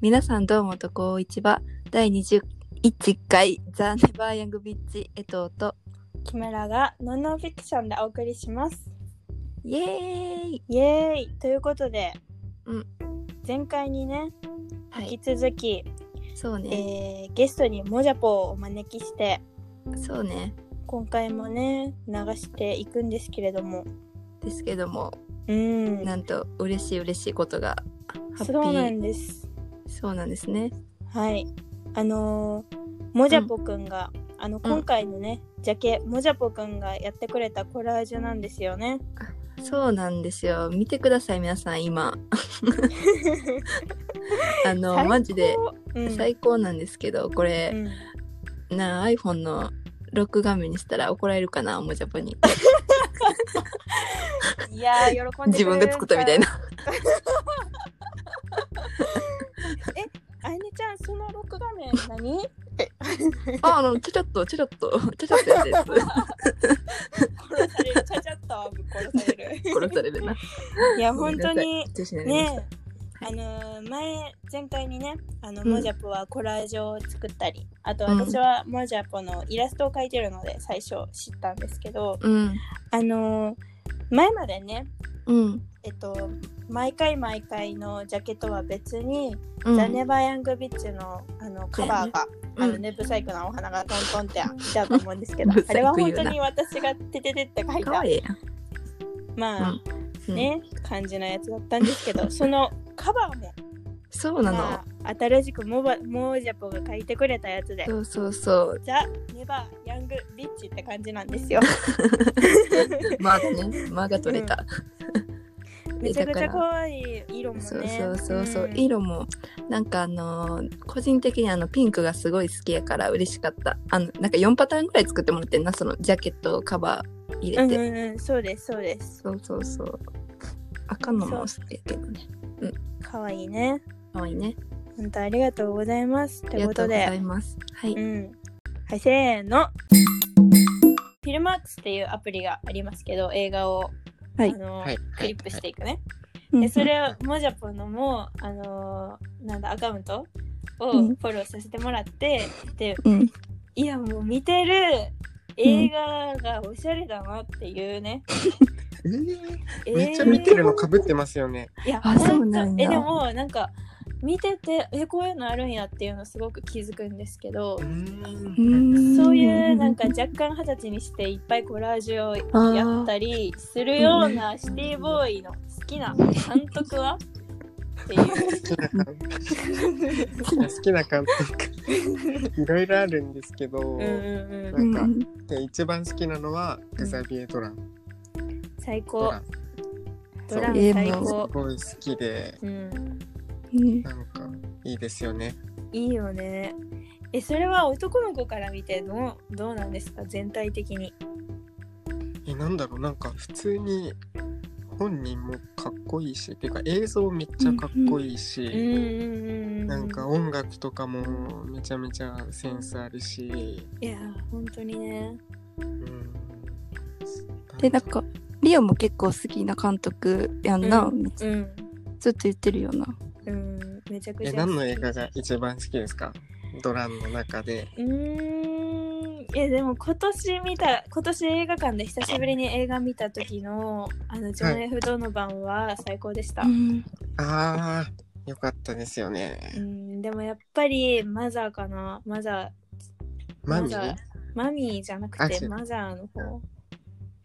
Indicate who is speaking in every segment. Speaker 1: 皆さんどうもとこんにちは。第21回ザ・ネバー・ヤング・ビッチ・エトーと
Speaker 2: キメラがノンノンフィクションでお送りします。
Speaker 1: イエーイ
Speaker 2: イエーイということで、
Speaker 1: うん
Speaker 2: 前回にね
Speaker 1: は
Speaker 2: 引
Speaker 1: い、
Speaker 2: き続き、
Speaker 1: そうね、
Speaker 2: えーゲストにモジャポをお招きして
Speaker 1: そうね。
Speaker 2: 今回もね流していくんですけれども
Speaker 1: ですけども、
Speaker 2: うん
Speaker 1: なんと嬉しい嬉しいことが。ハッピー
Speaker 2: そうなんです
Speaker 1: そうなんですね。
Speaker 2: はいあのーモジャポくんが、あの今回のね、ジャケモジャポくんがやってくれたコラージュなんですよね
Speaker 1: そうなんですよ。見てください、皆さん、今。 あの、
Speaker 2: 最高
Speaker 1: マジで
Speaker 2: うん
Speaker 1: 最高なんですけど、こ
Speaker 2: う
Speaker 1: れ、
Speaker 2: ん
Speaker 1: なあ iPhone のロック画面にしたら怒られるかな、もじゃぽ に。
Speaker 2: いやー喜んでくれるんか
Speaker 1: 自分が作ったみ たいな。
Speaker 2: あいねちゃんその録画面何
Speaker 1: あ、あの、ちょちょっと、ちょちょっと、ちょちょっとやったやつ。
Speaker 2: 殺されるちゃちゃっと殺される
Speaker 1: 殺されるな。
Speaker 2: いや本当に
Speaker 1: 女子になりました。
Speaker 2: ねあのー前前回にねあの
Speaker 1: うん
Speaker 2: モジャポはコラージュを作ったり、あと
Speaker 1: うん
Speaker 2: 私はモジャポのイラストを描いてるので最初知ったんですけど
Speaker 1: うん。
Speaker 2: あのー前までね
Speaker 1: うん。
Speaker 2: えっと毎回毎回のジャケットは別に、
Speaker 1: うん
Speaker 2: ザ・ネバー・ヤング・ビッチのああのカバーが、
Speaker 1: う
Speaker 2: あの
Speaker 1: ん。
Speaker 2: ね、ブサイクなお花がトントンってあったと思うんですけ ど
Speaker 1: ブサイク
Speaker 2: あれは本当に私がてててって書い
Speaker 1: かわ
Speaker 2: た
Speaker 1: いいやん
Speaker 2: まあ、
Speaker 1: うん。
Speaker 2: ね感じのやつだったんですけ どそのカバーも、
Speaker 1: そうなの
Speaker 2: ま。あ、新しくモバモージャポが書いてくれたやつで
Speaker 1: そうそうそう。
Speaker 2: ザ・ネバー・ヤング・ビッチって感じなんですよ
Speaker 1: まあね、間が取れた。
Speaker 2: めちゃくち
Speaker 1: だ
Speaker 2: ゃ
Speaker 1: から
Speaker 2: 可愛い色もね
Speaker 1: そうそうそうそう、
Speaker 2: ん
Speaker 1: 色もなんかあのー個人的にあのピンクがすごい好きやから嬉しかったあのなんか4パターンぐらい作ってもらってんなそのジャケットをカバー入
Speaker 2: う
Speaker 1: れ
Speaker 2: ん
Speaker 1: て、
Speaker 2: うんうんそうですそうです
Speaker 1: そうそうそう赤のも好きやけどね
Speaker 2: 可愛いね
Speaker 1: 可愛いね
Speaker 2: 本当ありがとうございます
Speaker 1: あ
Speaker 2: とい
Speaker 1: り
Speaker 2: う
Speaker 1: が
Speaker 2: ことと
Speaker 1: うご
Speaker 2: で
Speaker 1: ざいますはい、
Speaker 2: うん。はい、せーの。フィルマークスっていうアプリがありますけど、映画を、
Speaker 1: はい
Speaker 2: あの
Speaker 3: はい
Speaker 2: クリップしていくね。
Speaker 1: う
Speaker 2: でそれをモジャポのもう、あのーなんだアカウントを
Speaker 1: う
Speaker 2: フ
Speaker 1: ん
Speaker 2: ォローさせてもらって、で
Speaker 1: うん
Speaker 2: いやもう見てる映画がおしゃれだなっていうね。
Speaker 3: えー
Speaker 2: え
Speaker 3: めっちゃ見てるのかぶってますよね。
Speaker 2: いや
Speaker 1: あそうなんや
Speaker 2: えでもなんか見ててえこういうのあるんやっていうのすごく気づくんですけど。
Speaker 3: うーん
Speaker 2: そういうなんか若干二十歳にしていっぱいコラージュをやったりするようなシティボーイの好きな監督はっていう。
Speaker 3: 好きな感好きな好きな感っていうかいろいろあるんですけど、
Speaker 2: うんうんう、
Speaker 3: なんんかで一番好きなのはグザビエドラン。
Speaker 2: 最
Speaker 3: ド
Speaker 2: 高
Speaker 3: ラン
Speaker 2: ドラ
Speaker 1: そうえ
Speaker 2: ム
Speaker 1: ー
Speaker 2: 最
Speaker 3: す
Speaker 2: 高、
Speaker 3: ごい好きで
Speaker 2: うん、
Speaker 1: うん
Speaker 3: なんかいいですよね。
Speaker 2: いいよねえそれは男の子から見てどうどうなんですか全体的に
Speaker 3: えなんだろうなんか普通に本人もかっこいいしっていうか映像めっちゃかっこいいし。
Speaker 2: うんうんうんうん
Speaker 3: なんか音楽とかもめちゃめちゃセンスあるし、
Speaker 2: いや本当にね
Speaker 3: うん、
Speaker 1: でなんかリオも結構好きな監督やんな、
Speaker 2: ううん
Speaker 1: ずっと言ってるよな
Speaker 2: うんめちゃくちゃ好
Speaker 3: え
Speaker 2: き
Speaker 3: 何の映画が一番好きですかドランの中で
Speaker 2: うーんいやでも今年見た今年映画館で久しぶりに映画見た時のあのジョン・ F ・ドノバンは最高でした、
Speaker 1: ん、
Speaker 3: ああよかったですよ
Speaker 2: う
Speaker 3: ね
Speaker 2: んでもやっぱりマザーかなマザー
Speaker 3: マミ
Speaker 2: マザー
Speaker 3: ー
Speaker 2: マミーじゃな
Speaker 3: あ
Speaker 2: く
Speaker 3: 違
Speaker 2: て
Speaker 3: う
Speaker 2: マザーの方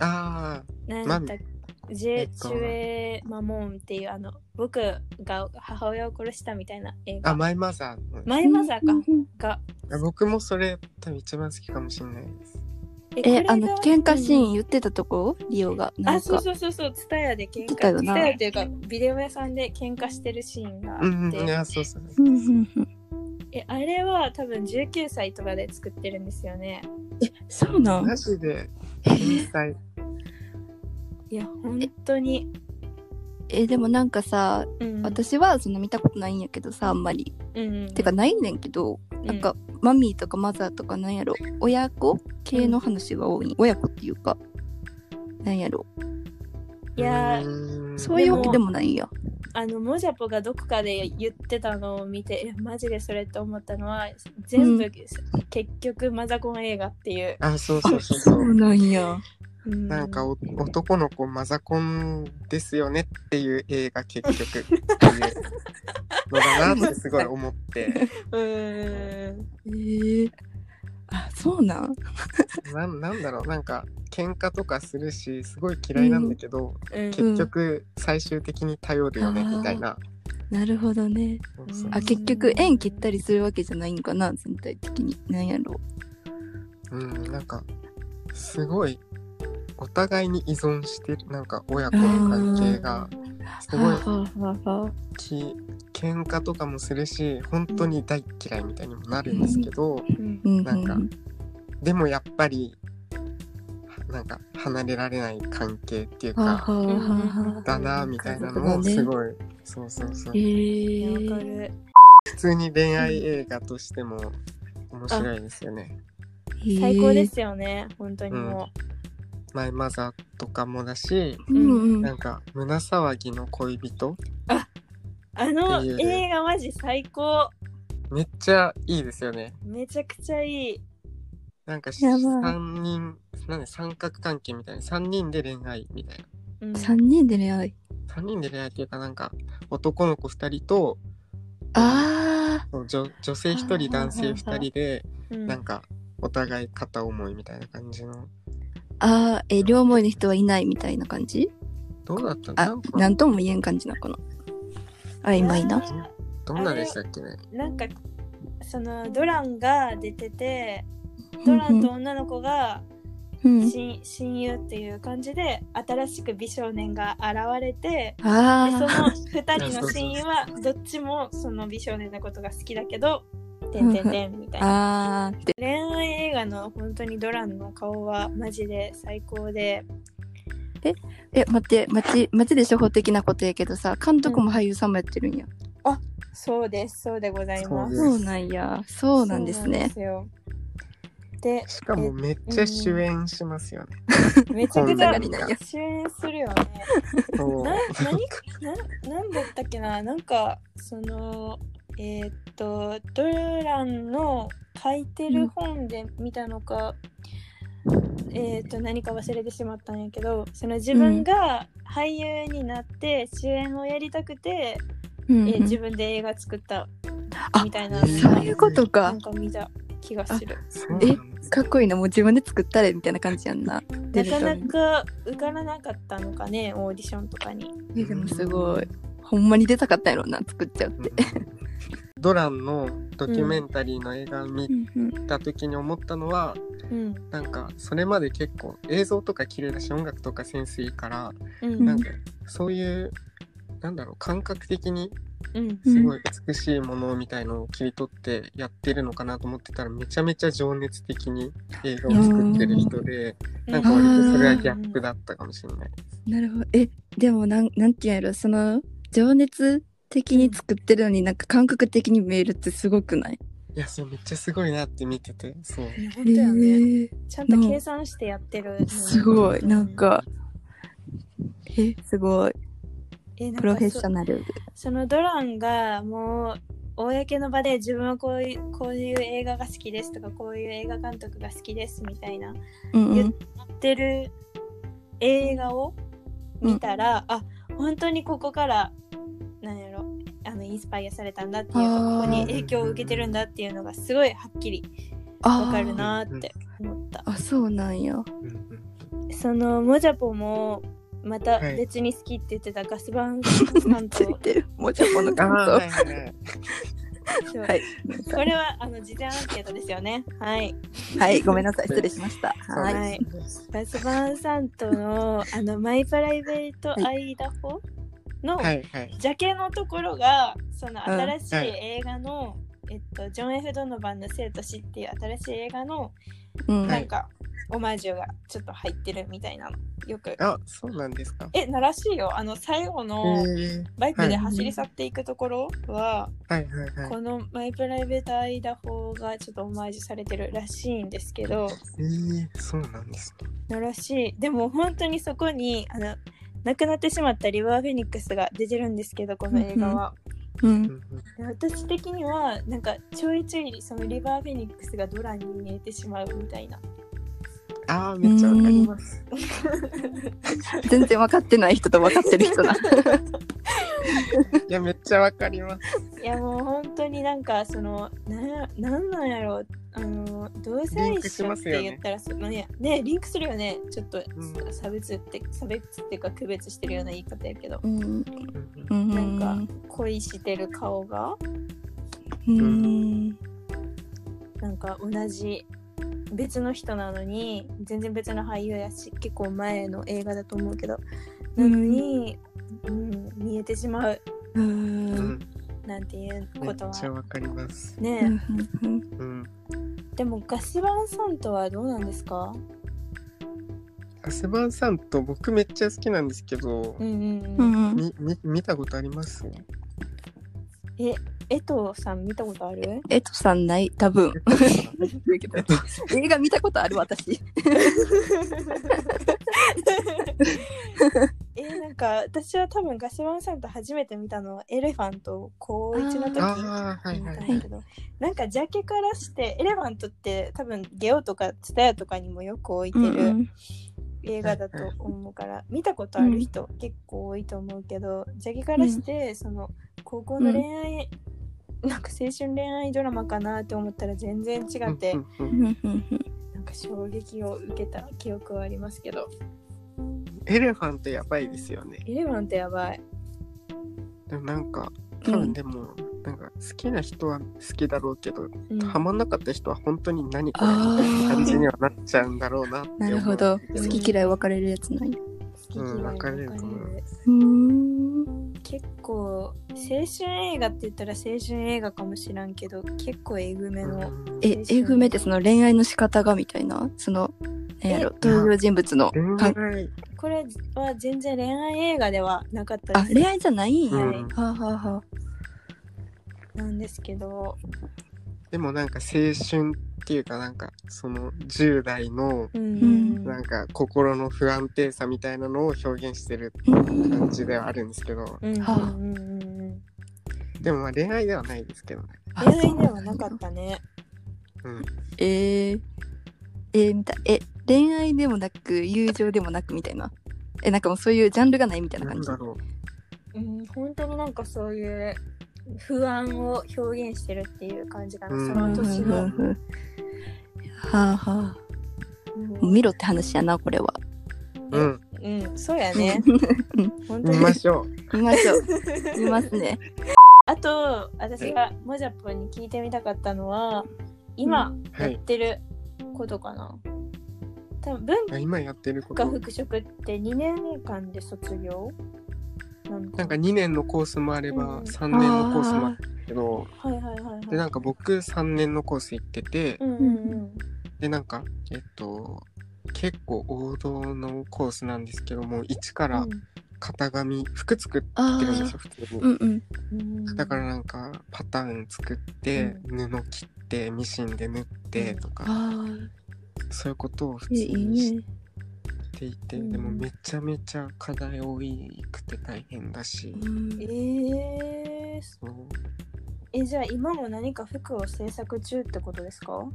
Speaker 3: あ
Speaker 2: 何だった
Speaker 3: マ
Speaker 2: ジェ
Speaker 3: えっと
Speaker 2: チュエ・マモンっていうあの僕が母親を殺したみたいな映
Speaker 3: ああ
Speaker 2: 画
Speaker 3: マイマザー
Speaker 2: マイマザーかが
Speaker 3: あ僕もそれ多分一番好きかもしれないです
Speaker 2: これ
Speaker 1: え
Speaker 2: が
Speaker 1: あの喧嘩シ
Speaker 2: うん
Speaker 1: ーン言ってたとこリオがなん
Speaker 2: あ、そ
Speaker 1: か
Speaker 2: うそうそうそう、ツタヤで喧
Speaker 1: 言ってたよ
Speaker 2: 嘩。ツ
Speaker 1: な
Speaker 2: タヤっていうか、ビデオ屋さんで喧嘩してるシーンがあ
Speaker 3: うんうん
Speaker 2: っ
Speaker 3: い
Speaker 2: て、
Speaker 3: やそうそう
Speaker 1: うんうんうん
Speaker 2: えあれは多分19歳とかで作ってるんですよね。
Speaker 1: そうなん
Speaker 3: マジで天才
Speaker 2: いや、本当に。
Speaker 1: えでもなんかさ
Speaker 2: うん、
Speaker 1: 私はその見たことないんやけどさあんまり
Speaker 2: うんうん、
Speaker 1: てかないねんけど、
Speaker 2: うん
Speaker 1: なんかマミーとかマザーとかなんやろ親子系の話が多い、親子っていうかなんやろ
Speaker 2: いやー
Speaker 3: うーん
Speaker 1: そういうわけでもないんや
Speaker 2: あのモジャポがどこかで言ってたのを見てえマジでそれって思ったのは全部、
Speaker 1: うん
Speaker 2: 結局マザコン映画っていう、
Speaker 3: あそうそうそうそ
Speaker 1: そううなんや。
Speaker 2: うん
Speaker 3: なんかお男の子マザコンですよねっていう映画結局っていうのだなってすごい思って
Speaker 2: うーん
Speaker 1: えー、あそうなん
Speaker 3: なんなんだろうなんか喧嘩とかするしすごい嫌いなんだけど、
Speaker 2: うん
Speaker 3: 結局最終的に頼るよねみたいな、
Speaker 1: なるほどね。
Speaker 3: そうそう
Speaker 1: あ結局縁切ったりするわけじゃないんかな全体的に。なんやろ
Speaker 3: うん、なんかすごいお互いに依存してるなんか親子の関係がす
Speaker 1: う。
Speaker 3: ごい
Speaker 1: はあはあはあはあ
Speaker 3: き喧嘩とかもするし本当に大嫌いみたいにもなるんですけど、
Speaker 2: うん
Speaker 1: うん
Speaker 3: なんか
Speaker 1: うん
Speaker 3: でもやっぱりなんか離れられない関係っていう
Speaker 1: はあは
Speaker 3: か
Speaker 1: あはあはあ
Speaker 3: だなみたいなのもすごい、そうそうそう
Speaker 1: え
Speaker 2: いやわか
Speaker 1: ー、
Speaker 2: る
Speaker 3: 普通に恋愛映画としても面白いですよね。
Speaker 2: 最高ですよね本当にも
Speaker 3: マイマザーとかもだし、
Speaker 1: えー。うんう。
Speaker 3: なんんか胸騒ぎの恋人
Speaker 2: う、あの
Speaker 3: っていう
Speaker 2: 映画マジ最高
Speaker 3: めっちゃいいですよね。
Speaker 2: めちゃくちゃいい
Speaker 3: なんか
Speaker 1: やばい
Speaker 3: 三人なんで三角関係みたいな三人で恋愛みたいな
Speaker 2: うん
Speaker 1: 三人で恋愛。
Speaker 3: 三人で恋愛っていうかなんか男の子二人と
Speaker 1: あ
Speaker 3: 女女性一人男性二人で
Speaker 2: うん
Speaker 3: なんかお互い片思いみたいな感じの
Speaker 1: あああえ両思いの人はいないみたいな感じ
Speaker 3: どうだった
Speaker 1: あ
Speaker 3: なんか
Speaker 1: なんとも言えん感じなのかな曖昧な。
Speaker 3: どんなでしたっけね
Speaker 2: なんかそのドランが出ててドランと女の子が
Speaker 1: うん、
Speaker 2: 親親友っていう感じで新しく美少年が現れてでその
Speaker 1: あ
Speaker 2: 2人の親友 はどっちもその美少年のことが好きだけど「てんてんてん」みたい
Speaker 1: あ
Speaker 2: な
Speaker 1: ああーで
Speaker 2: 恋愛映画の本当にドランの顔はマジで最高で
Speaker 1: え待って町町で処方的なことやけどさ監督も俳優さんもやってるんや、
Speaker 2: そうですそうでござい
Speaker 3: そ
Speaker 2: ま
Speaker 3: うですす
Speaker 1: そうなんやそうなんですね
Speaker 2: そうなんですよ
Speaker 3: しかもめっちゃ主演しますよね。
Speaker 2: でめちゃくち
Speaker 1: な
Speaker 2: ゃ
Speaker 1: がりなんや
Speaker 2: 主演するよね
Speaker 3: そう
Speaker 2: な何ななんだったっけななんかそのえーっとドランの書いてる本で見たのか、えーっと何か忘れてしまったんやけどその自分が俳優になって主演をやりたくて、
Speaker 1: うん
Speaker 2: えー自分で映画作った
Speaker 1: あ
Speaker 2: みたいな
Speaker 1: そういうこと
Speaker 2: な
Speaker 1: か
Speaker 2: んか見た気がする。
Speaker 3: そうなんです
Speaker 1: かっこいいなもう自分で作ったれみたいな感じやんな出
Speaker 2: な
Speaker 1: ると
Speaker 2: か
Speaker 1: 思う
Speaker 2: なか受からなかったのかねオーディションとかに。
Speaker 1: えでもすごいほんまに出たかったんやろうな作っちゃうって、
Speaker 3: ドランのドキュメンタリーの映画を見た時に思ったのは、
Speaker 2: うん
Speaker 3: なんかそれまで結構映像とか綺麗だし音楽とかセンスいいから、
Speaker 1: う
Speaker 2: う
Speaker 1: ん
Speaker 3: なんかそういうなんだろう感覚的に
Speaker 2: うん
Speaker 3: すごい美しいものみたいのを切り取ってやってるのかなと思ってたらめちゃめちゃ情熱的に映画を作ってる人でなんか割とそれはギャップだったかもしれない。
Speaker 1: なるほどえでもなんなんていうんやろその情熱的に作ってるのになんか感覚的に見えるってすごくない、
Speaker 3: いやそれめっちゃすごいなって見ててそう
Speaker 2: い
Speaker 1: え
Speaker 2: や本当やね、
Speaker 1: ー
Speaker 2: ちゃんと計算してやってる、
Speaker 1: すごいなんかえすごい
Speaker 2: えなんか
Speaker 1: プロフェッショ
Speaker 2: そ
Speaker 1: ナルで
Speaker 2: そのドランがもう公の場で自分はこういうこういう映画が好きですとかこういう映画監督が好きですみたいな
Speaker 1: うんう
Speaker 2: 言っ
Speaker 1: ん
Speaker 2: てる映画を見たら、あ本当にここからなんやろあのインスパイアされたんだっていうか
Speaker 1: あー
Speaker 2: ここに影響を受けてるんだっていうのがすごいはっきりわかるなーって思った。
Speaker 1: あーあそうなんや
Speaker 2: そのモジャポもまた
Speaker 3: はい
Speaker 2: 別に好きって言ってたガスバンさん
Speaker 1: つ
Speaker 2: と、
Speaker 1: いてるもうちょっとこの
Speaker 3: あー
Speaker 1: 感想
Speaker 2: そ
Speaker 3: はいはいはい
Speaker 2: う
Speaker 1: はい
Speaker 2: これはあの事前アンケートですよねはい
Speaker 1: はいごめんなさい失礼しました
Speaker 3: そう
Speaker 1: はい
Speaker 3: です
Speaker 2: ガスバンさんとのあのマイプライベートアイダホの
Speaker 3: はいはい
Speaker 2: ジャケのところがその新しい
Speaker 3: うんはい
Speaker 2: 映画の、えっと、ジョン・ F ・ドノバンの生と死っていう新しい映画の
Speaker 1: うん
Speaker 2: なんか、オマージュがちょっと入ってるみたいなのよく
Speaker 3: あそうなんですか。
Speaker 2: えならしいよあの最後
Speaker 3: へ
Speaker 2: の
Speaker 3: ー
Speaker 2: バイクで走り去っていくところは、
Speaker 3: はいはいはい
Speaker 2: このマイプライベートアイダホがちょっとオマージュされてるらしいんですけど
Speaker 3: えー、そうなんですね。
Speaker 2: のらしいでも本当にそこにあの亡くなってしまったリバー・フェニックスが出てるんですけどこの映画
Speaker 1: う
Speaker 2: は、
Speaker 1: ん
Speaker 2: で私的にはなんかちょいちょいそのリバー・フェニックスがドラに見えてしまうみたいな
Speaker 3: ああ、めっちゃわかります。
Speaker 1: 全然分かってない人と分かってる人だ。
Speaker 3: いや、めっちゃわかります。
Speaker 2: いやもう本当になんかそのななんなんやろうあの同性
Speaker 3: リンク
Speaker 2: 愛
Speaker 3: し
Speaker 2: 者
Speaker 3: ま
Speaker 2: っ
Speaker 3: すよ
Speaker 2: て
Speaker 3: ね
Speaker 2: 言ったらそのねねリンクするよねちょっと
Speaker 3: うん
Speaker 2: 差別って差別っていうか区別してるような言い方やけど
Speaker 1: うん
Speaker 3: うん
Speaker 1: うん
Speaker 2: なんか恋してる顔が
Speaker 1: うん
Speaker 2: なんか同じ別の人なのに全然別の俳優やし結構前の映画だと思うけどなのに、うん見えてしまう
Speaker 1: う
Speaker 3: うんん
Speaker 2: なんていう
Speaker 3: め
Speaker 2: こ
Speaker 3: っ
Speaker 2: と
Speaker 3: ちゃ
Speaker 2: は
Speaker 3: わかります。
Speaker 2: ね、
Speaker 3: うん。
Speaker 2: でもガシバンさんとはどうなんですか
Speaker 3: アスバンさんと僕めっちゃ好きなんですけど
Speaker 2: う、んうん
Speaker 1: う
Speaker 2: うん、
Speaker 1: ん
Speaker 3: みみ見たことあります
Speaker 2: え江藤さん見たことある
Speaker 1: えとさんない多分映画見たことある私
Speaker 2: えなんか私は多分ガシバンさんと初めて見たのはエレファントを高1の時
Speaker 3: ああ、はいは
Speaker 2: だ
Speaker 3: い。
Speaker 2: けどなんかジャケからしてエレファントって多分ゲオとかツタヤとかにもよく置いてる映画だと思うから見たことある人結構多いと思うけどジャケからしてその高校の恋愛なんか青春恋愛ドラマかなって思ったら全然違って
Speaker 3: うんうんうん
Speaker 2: なんか衝撃を受けた記憶はありますけど
Speaker 3: エレファントやばいですよね。
Speaker 2: エレファントやばい
Speaker 3: でもなんか、多分でも、なんか好きな人は好きだろうけど、
Speaker 2: うん
Speaker 3: ハマんなかった人は本当に何これみたいな感じにはなっちゃうんだろうなって思う。
Speaker 1: なるほど好き嫌い分かれるやつない
Speaker 2: 好き嫌いに分かれる
Speaker 3: うん分かれる
Speaker 1: うん
Speaker 2: 結構青春映画って言ったら青春映画かもしらんけど結構えぐめ
Speaker 3: う
Speaker 2: の
Speaker 3: ん
Speaker 1: ええぐめってその恋愛の仕方がみたいなそのなんやろ登場人物のか
Speaker 3: 恋愛、
Speaker 2: これは全然恋愛映画ではなかった
Speaker 1: あ
Speaker 2: です
Speaker 1: 恋愛じゃないんや
Speaker 3: う
Speaker 1: は
Speaker 3: ん
Speaker 1: あはあはあ
Speaker 2: なんですけど、
Speaker 3: でもなんか青春っていうかなんかその10代の
Speaker 2: うん
Speaker 3: なんか心の不安定さみたいなのを表現してる
Speaker 1: うん
Speaker 3: 感じではあるんですけど
Speaker 2: うんうん
Speaker 1: はあ
Speaker 2: うんうんうん
Speaker 3: でもまあ恋愛ではないですけどね。
Speaker 2: 恋愛ではなかったね。
Speaker 3: うん、
Speaker 1: えー、えー、みたいえ恋愛でもなく友情でもなくみたいなえなんかもうそういうジャンルがないみたいな
Speaker 3: なん
Speaker 1: 感じ
Speaker 3: だろ
Speaker 2: うん、本当になんかそういう不安を表現してるっていう感じかな、
Speaker 3: うん
Speaker 2: そ
Speaker 1: うん
Speaker 2: の
Speaker 1: うん
Speaker 2: 年
Speaker 1: う
Speaker 2: の。
Speaker 1: んうんはあはあ
Speaker 2: うん
Speaker 1: 見ろって話やなこれは
Speaker 3: う。うん、
Speaker 2: うん、そうや ね。本当
Speaker 3: 見
Speaker 2: に
Speaker 3: ましょう。
Speaker 1: 見ましょ う見ますね
Speaker 2: あと私がモジャポに聞いてみたかったのは今
Speaker 3: は
Speaker 2: やっ
Speaker 3: い。
Speaker 2: てることかな、多分文
Speaker 3: あ今やってること
Speaker 2: 化。復職って2年間で卒業なん
Speaker 3: なんか2年のコースもあれ
Speaker 2: う
Speaker 3: ば
Speaker 2: ん
Speaker 3: 3年のコースもあるけど、
Speaker 2: はいはいはいはい
Speaker 3: でなんか僕3年のコース行ってて、
Speaker 2: うんうん
Speaker 3: でなんかえっと結構王道のコースなんですけども一か
Speaker 2: う
Speaker 3: ら
Speaker 2: ん
Speaker 3: 型紙服作って
Speaker 1: あ
Speaker 3: るんで
Speaker 1: あ
Speaker 3: すよ普通に。
Speaker 1: うんうん
Speaker 2: うん
Speaker 3: だからなんかパターン作って、布切ってミシンで縫ってとか、
Speaker 1: あ
Speaker 3: そういうことを普
Speaker 1: あ
Speaker 3: 通
Speaker 1: いい
Speaker 3: にし
Speaker 1: ね
Speaker 3: ていて、
Speaker 2: うん
Speaker 3: でもめちゃめちゃ課題多いくて大変だし、
Speaker 1: うん
Speaker 2: えー、
Speaker 3: そう
Speaker 2: えじゃあ今も何か服を制作中ってことですか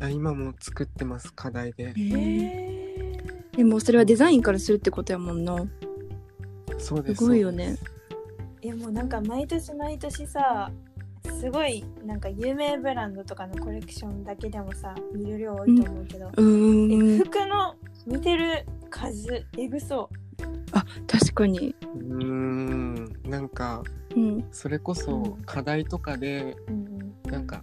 Speaker 3: あ今も作ってます課題で、
Speaker 1: えー
Speaker 2: え
Speaker 1: でもそれはデザインからするってことやもんな
Speaker 3: そうですす
Speaker 1: ごいよね
Speaker 2: いやもうなんか毎年毎年さすごいなんか有名ブランドとかのコレクションだけでもさ見る量多いと思うけど、
Speaker 1: う
Speaker 2: え
Speaker 1: ーん
Speaker 2: 服の見てる数えぐそ
Speaker 1: あ確かに
Speaker 3: うーんなんか
Speaker 1: うん
Speaker 3: それこそ課題とかで
Speaker 2: う、うん
Speaker 3: なんか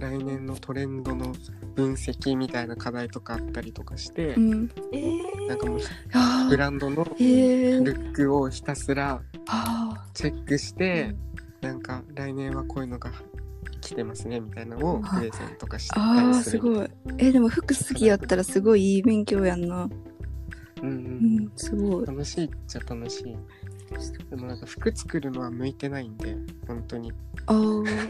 Speaker 3: 来年のトレンドの分析みたいな課題とかあったりとかして、
Speaker 1: うん
Speaker 2: えー、
Speaker 3: なんかもう
Speaker 1: あ
Speaker 3: ブランドの
Speaker 1: えー
Speaker 3: ルックをひたすら
Speaker 1: あ
Speaker 3: チェックして、なんか来年はこういうのが来てますねみたいなのを
Speaker 1: あ
Speaker 3: プレゼントとかしてた
Speaker 1: あ
Speaker 3: り
Speaker 1: ー
Speaker 3: す
Speaker 1: す
Speaker 3: る
Speaker 1: ごいえでも服好きやったらすごいいい勉強やんな
Speaker 3: う
Speaker 1: う
Speaker 3: んう
Speaker 1: んんすごい
Speaker 3: 楽しいっちゃ楽しいでもなんか服作るのは向いてないんで本当に
Speaker 1: あー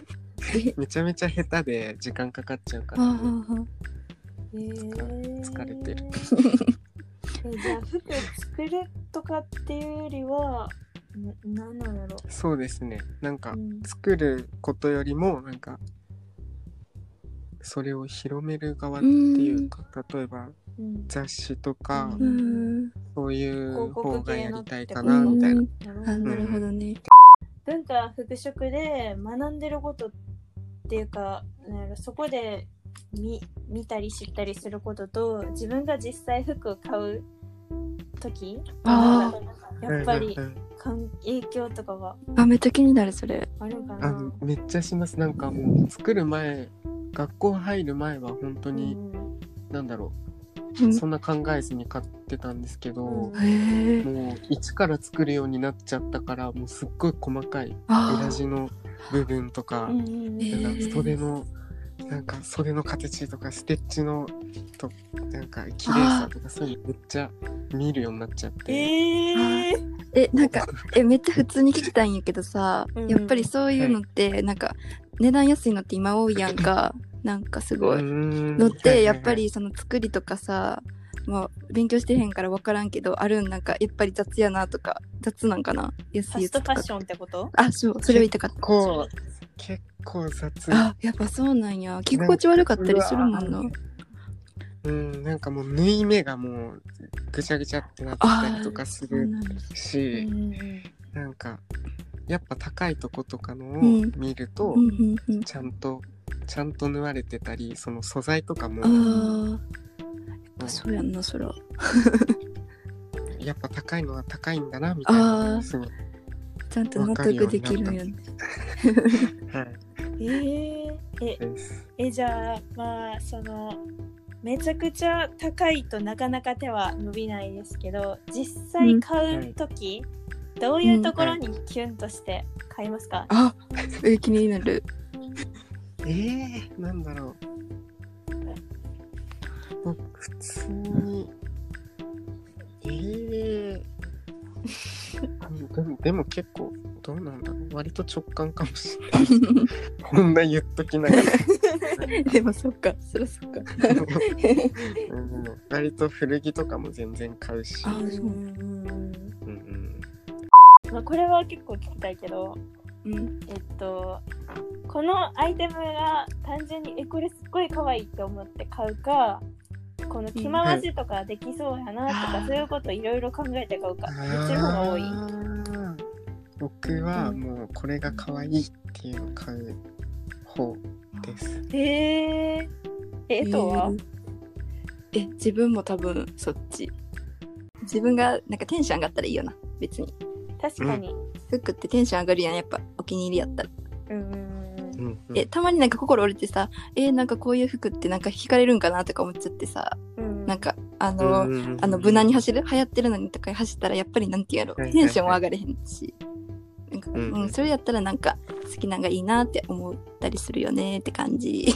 Speaker 1: え
Speaker 3: めちゃめちゃ下手で時間かかっちゃうか
Speaker 1: あ
Speaker 3: ら、
Speaker 1: ー
Speaker 2: えー
Speaker 3: 疲れてる
Speaker 2: えじゃあ服作るとかっていうよりはななんなんだろ
Speaker 3: そうですねなんか
Speaker 2: う、うん
Speaker 3: 作ることよりもなんかそれを広める側っ
Speaker 1: う
Speaker 3: て
Speaker 1: ん
Speaker 3: いうか例えば
Speaker 2: うん、
Speaker 3: 雑誌とか
Speaker 1: うーん
Speaker 3: そういう
Speaker 2: 広告
Speaker 3: 方が
Speaker 2: 系
Speaker 3: や
Speaker 2: の
Speaker 3: りたい
Speaker 2: って
Speaker 3: か
Speaker 2: こ
Speaker 1: う
Speaker 2: と
Speaker 3: なみたいなん
Speaker 1: あな
Speaker 2: なるほどね
Speaker 1: るほどね。
Speaker 2: 文化服飾で学んでることっていうかなんやろそこで見見たり知ったりすることと自分が実際服を買う時
Speaker 1: あ
Speaker 2: やっぱり
Speaker 3: うんうん
Speaker 2: 関影響とかは
Speaker 1: あめっちゃ気になるそれ。
Speaker 2: あるか
Speaker 3: あ
Speaker 2: な
Speaker 3: のめっちゃしますなんかもう作る前学校入る前は本当に、
Speaker 2: うん
Speaker 3: なんだろ
Speaker 1: う
Speaker 3: うんそんな考えずに買ってたんですけど、
Speaker 2: うん
Speaker 1: へえ。
Speaker 3: もう一から作るようになっちゃったからもうすっごい細かい裏
Speaker 1: あ
Speaker 3: 地の部分とか
Speaker 2: う、んうんうん
Speaker 1: えー
Speaker 3: なんか袖のなんか袖の形とかステッチのとなんか綺麗さとかそういうのめっちゃ見るようになっちゃって、
Speaker 2: えー
Speaker 1: ーえなんかえめっちゃ普通に聞きたいんやけどさ、
Speaker 2: うん
Speaker 1: やっぱりそういうのってなんか値段安いのって今多いやんか。なんかすごい。の
Speaker 3: 乗
Speaker 1: ってやっぱりその作りとかさまあ勉強してへんから分からんけどあるんなんかやっぱり雑やなとか雑なんかな
Speaker 2: フ
Speaker 1: 安い
Speaker 2: ァ
Speaker 1: や
Speaker 2: スト
Speaker 1: つと
Speaker 2: ファ
Speaker 1: か
Speaker 2: ッションってこと
Speaker 1: あそうそれを言いたかった
Speaker 3: 結構結構雑
Speaker 1: あやっぱそうなんや着心地悪かったりするもんな
Speaker 3: うんなんかもう縫い目がもうぐちゃぐちゃってなってたりとかす
Speaker 1: そう
Speaker 3: る
Speaker 1: なんや
Speaker 2: う
Speaker 3: し、
Speaker 2: んうん
Speaker 3: なんかやっぱ高いとことかのを
Speaker 1: うん
Speaker 3: 見ると、
Speaker 1: うんうんうん
Speaker 3: ちゃんとちゃんと縫われてたりその素材とかも、
Speaker 1: あーやっぱそうやんなそれは
Speaker 3: やっぱ高いのは高いんだなみたいなのがすごい
Speaker 1: ちゃんと納得できるんやね
Speaker 3: は
Speaker 2: え
Speaker 3: い
Speaker 2: ーえ
Speaker 3: です。
Speaker 2: えじゃあまあそのめちゃくちゃ高いとなかなか手は伸びないですけど実際買う時、どういうところにキュンとして買いますか、
Speaker 1: あえ気になる
Speaker 3: えー、なんだろう。もう普通に。えーうんで もでも結構どうなんだろう割と直感かもしれない こんな言っときなが ら
Speaker 1: でもそっかそりゃそっか
Speaker 3: うん割と古着とかも全然買うし、
Speaker 1: あーそう
Speaker 3: うんうん、
Speaker 2: まあ、これは結構聞きたいけど
Speaker 1: うん
Speaker 2: えっとこのアイテムが単純にえこれすっごい可愛いって思って買うかこの着回しとかできそうやなとか、
Speaker 1: うん
Speaker 2: そういうこといろいろ考えて買うか
Speaker 3: あ
Speaker 2: どっちの方が多い
Speaker 3: ー僕はもうこれが可愛いっていうのを買う方です。
Speaker 2: へえええとは、
Speaker 1: えーえ自分も多分そっち自分がなんかテンション上がったらいいよな別に
Speaker 2: 確かに、
Speaker 1: 服ってテンション上がるやんやっぱお気に入りやったら、
Speaker 2: うん
Speaker 3: うんうん
Speaker 1: えたまになんか心折れてさえーなんかこういう服ってなんか惹かれるんかなとか思っちゃってさ、
Speaker 2: うん
Speaker 1: なんかあの、
Speaker 3: うんうんうん
Speaker 1: あの無難に走る流行ってるのにとか走ったらやっぱりなんてやろ
Speaker 3: はいはい
Speaker 1: テンションは上がれへんしなんか、
Speaker 3: う
Speaker 1: うんんそれやったらなんか好きなんがいいなって思ったりするよねって感じ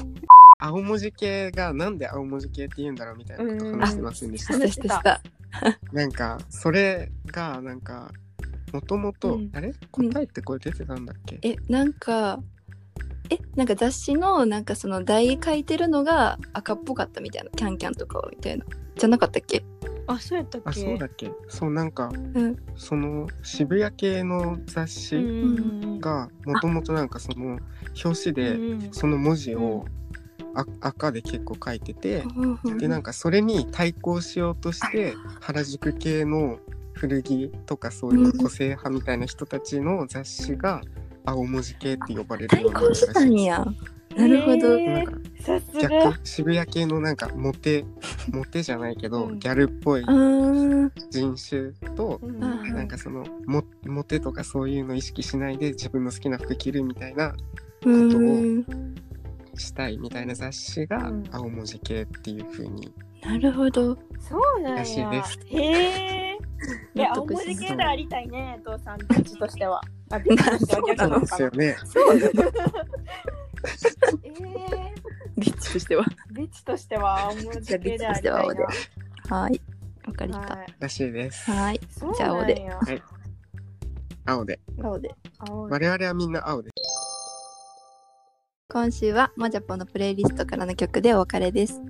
Speaker 3: 青文字系がなんで青文字系って言うんだろうみたいなこと話してませんでした、
Speaker 2: うん話してた
Speaker 1: した
Speaker 3: なんかそれがなんかもともと
Speaker 2: うん
Speaker 3: あれ答えってこれ出てたんだっけ、
Speaker 1: えなんかえなんか雑誌のなんかその題書いてるのが赤っぽかったみたいなキャンキャンとかみたいなじゃなかったっけ
Speaker 2: あそうやったっけ
Speaker 3: あそうだっけそうなんか、
Speaker 1: ん
Speaker 3: その渋谷系の雑
Speaker 2: うん
Speaker 3: 誌
Speaker 2: うんうん
Speaker 3: がもともとなんかその表紙
Speaker 2: う
Speaker 3: で
Speaker 2: んうん
Speaker 3: その文字をあ赤で結構書いてて、で
Speaker 1: で
Speaker 3: なんかそれに対抗しようとして原宿系の古着とかそういう個性派みたいな人たちの雑誌が青文字系って呼ばれる
Speaker 1: 対
Speaker 3: ようになっ
Speaker 1: 抗
Speaker 3: たらしい
Speaker 1: したんやなるほど、
Speaker 2: へー
Speaker 3: なんか
Speaker 2: さすが
Speaker 3: 逆渋谷系のなんかモテモテじゃないけど、
Speaker 2: うん
Speaker 3: ギャルっぽい
Speaker 1: あー
Speaker 3: 人種と、
Speaker 2: うん
Speaker 1: うん
Speaker 3: なんかそのモモテとかそういうの意識しないで自分の好きな服着るみたいな
Speaker 1: う
Speaker 3: ことを
Speaker 1: ん
Speaker 3: したいみたいな雑誌が
Speaker 2: うん
Speaker 3: 青文字系っていう風に
Speaker 1: なるほど
Speaker 2: そうなん
Speaker 3: らしい
Speaker 2: や
Speaker 3: です
Speaker 2: へえいや
Speaker 1: 納
Speaker 2: 青
Speaker 1: 得
Speaker 2: 文
Speaker 1: し
Speaker 2: 字
Speaker 1: ま
Speaker 2: 系でありたいねお父さんたちとしてはあビッグとしては
Speaker 1: そう
Speaker 2: 逆
Speaker 3: そう
Speaker 2: な
Speaker 3: なん
Speaker 2: の
Speaker 3: で
Speaker 2: か
Speaker 3: す
Speaker 2: な
Speaker 3: よね。
Speaker 2: え
Speaker 1: リッチとしては
Speaker 2: ービッチとして は青文字系でありたいな
Speaker 1: じゃあビッチとはいわかりた
Speaker 2: はい
Speaker 3: らしいです。
Speaker 1: はい
Speaker 2: そう
Speaker 1: じゃあ青
Speaker 2: なん
Speaker 1: で
Speaker 2: や
Speaker 3: 青で
Speaker 1: 顔で
Speaker 2: 青で
Speaker 3: 我々はみんな青で
Speaker 1: 今週はマジャポのプレイリストからの曲でお別れです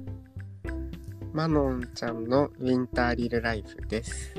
Speaker 3: マノンちゃんのウィンターリルライフです。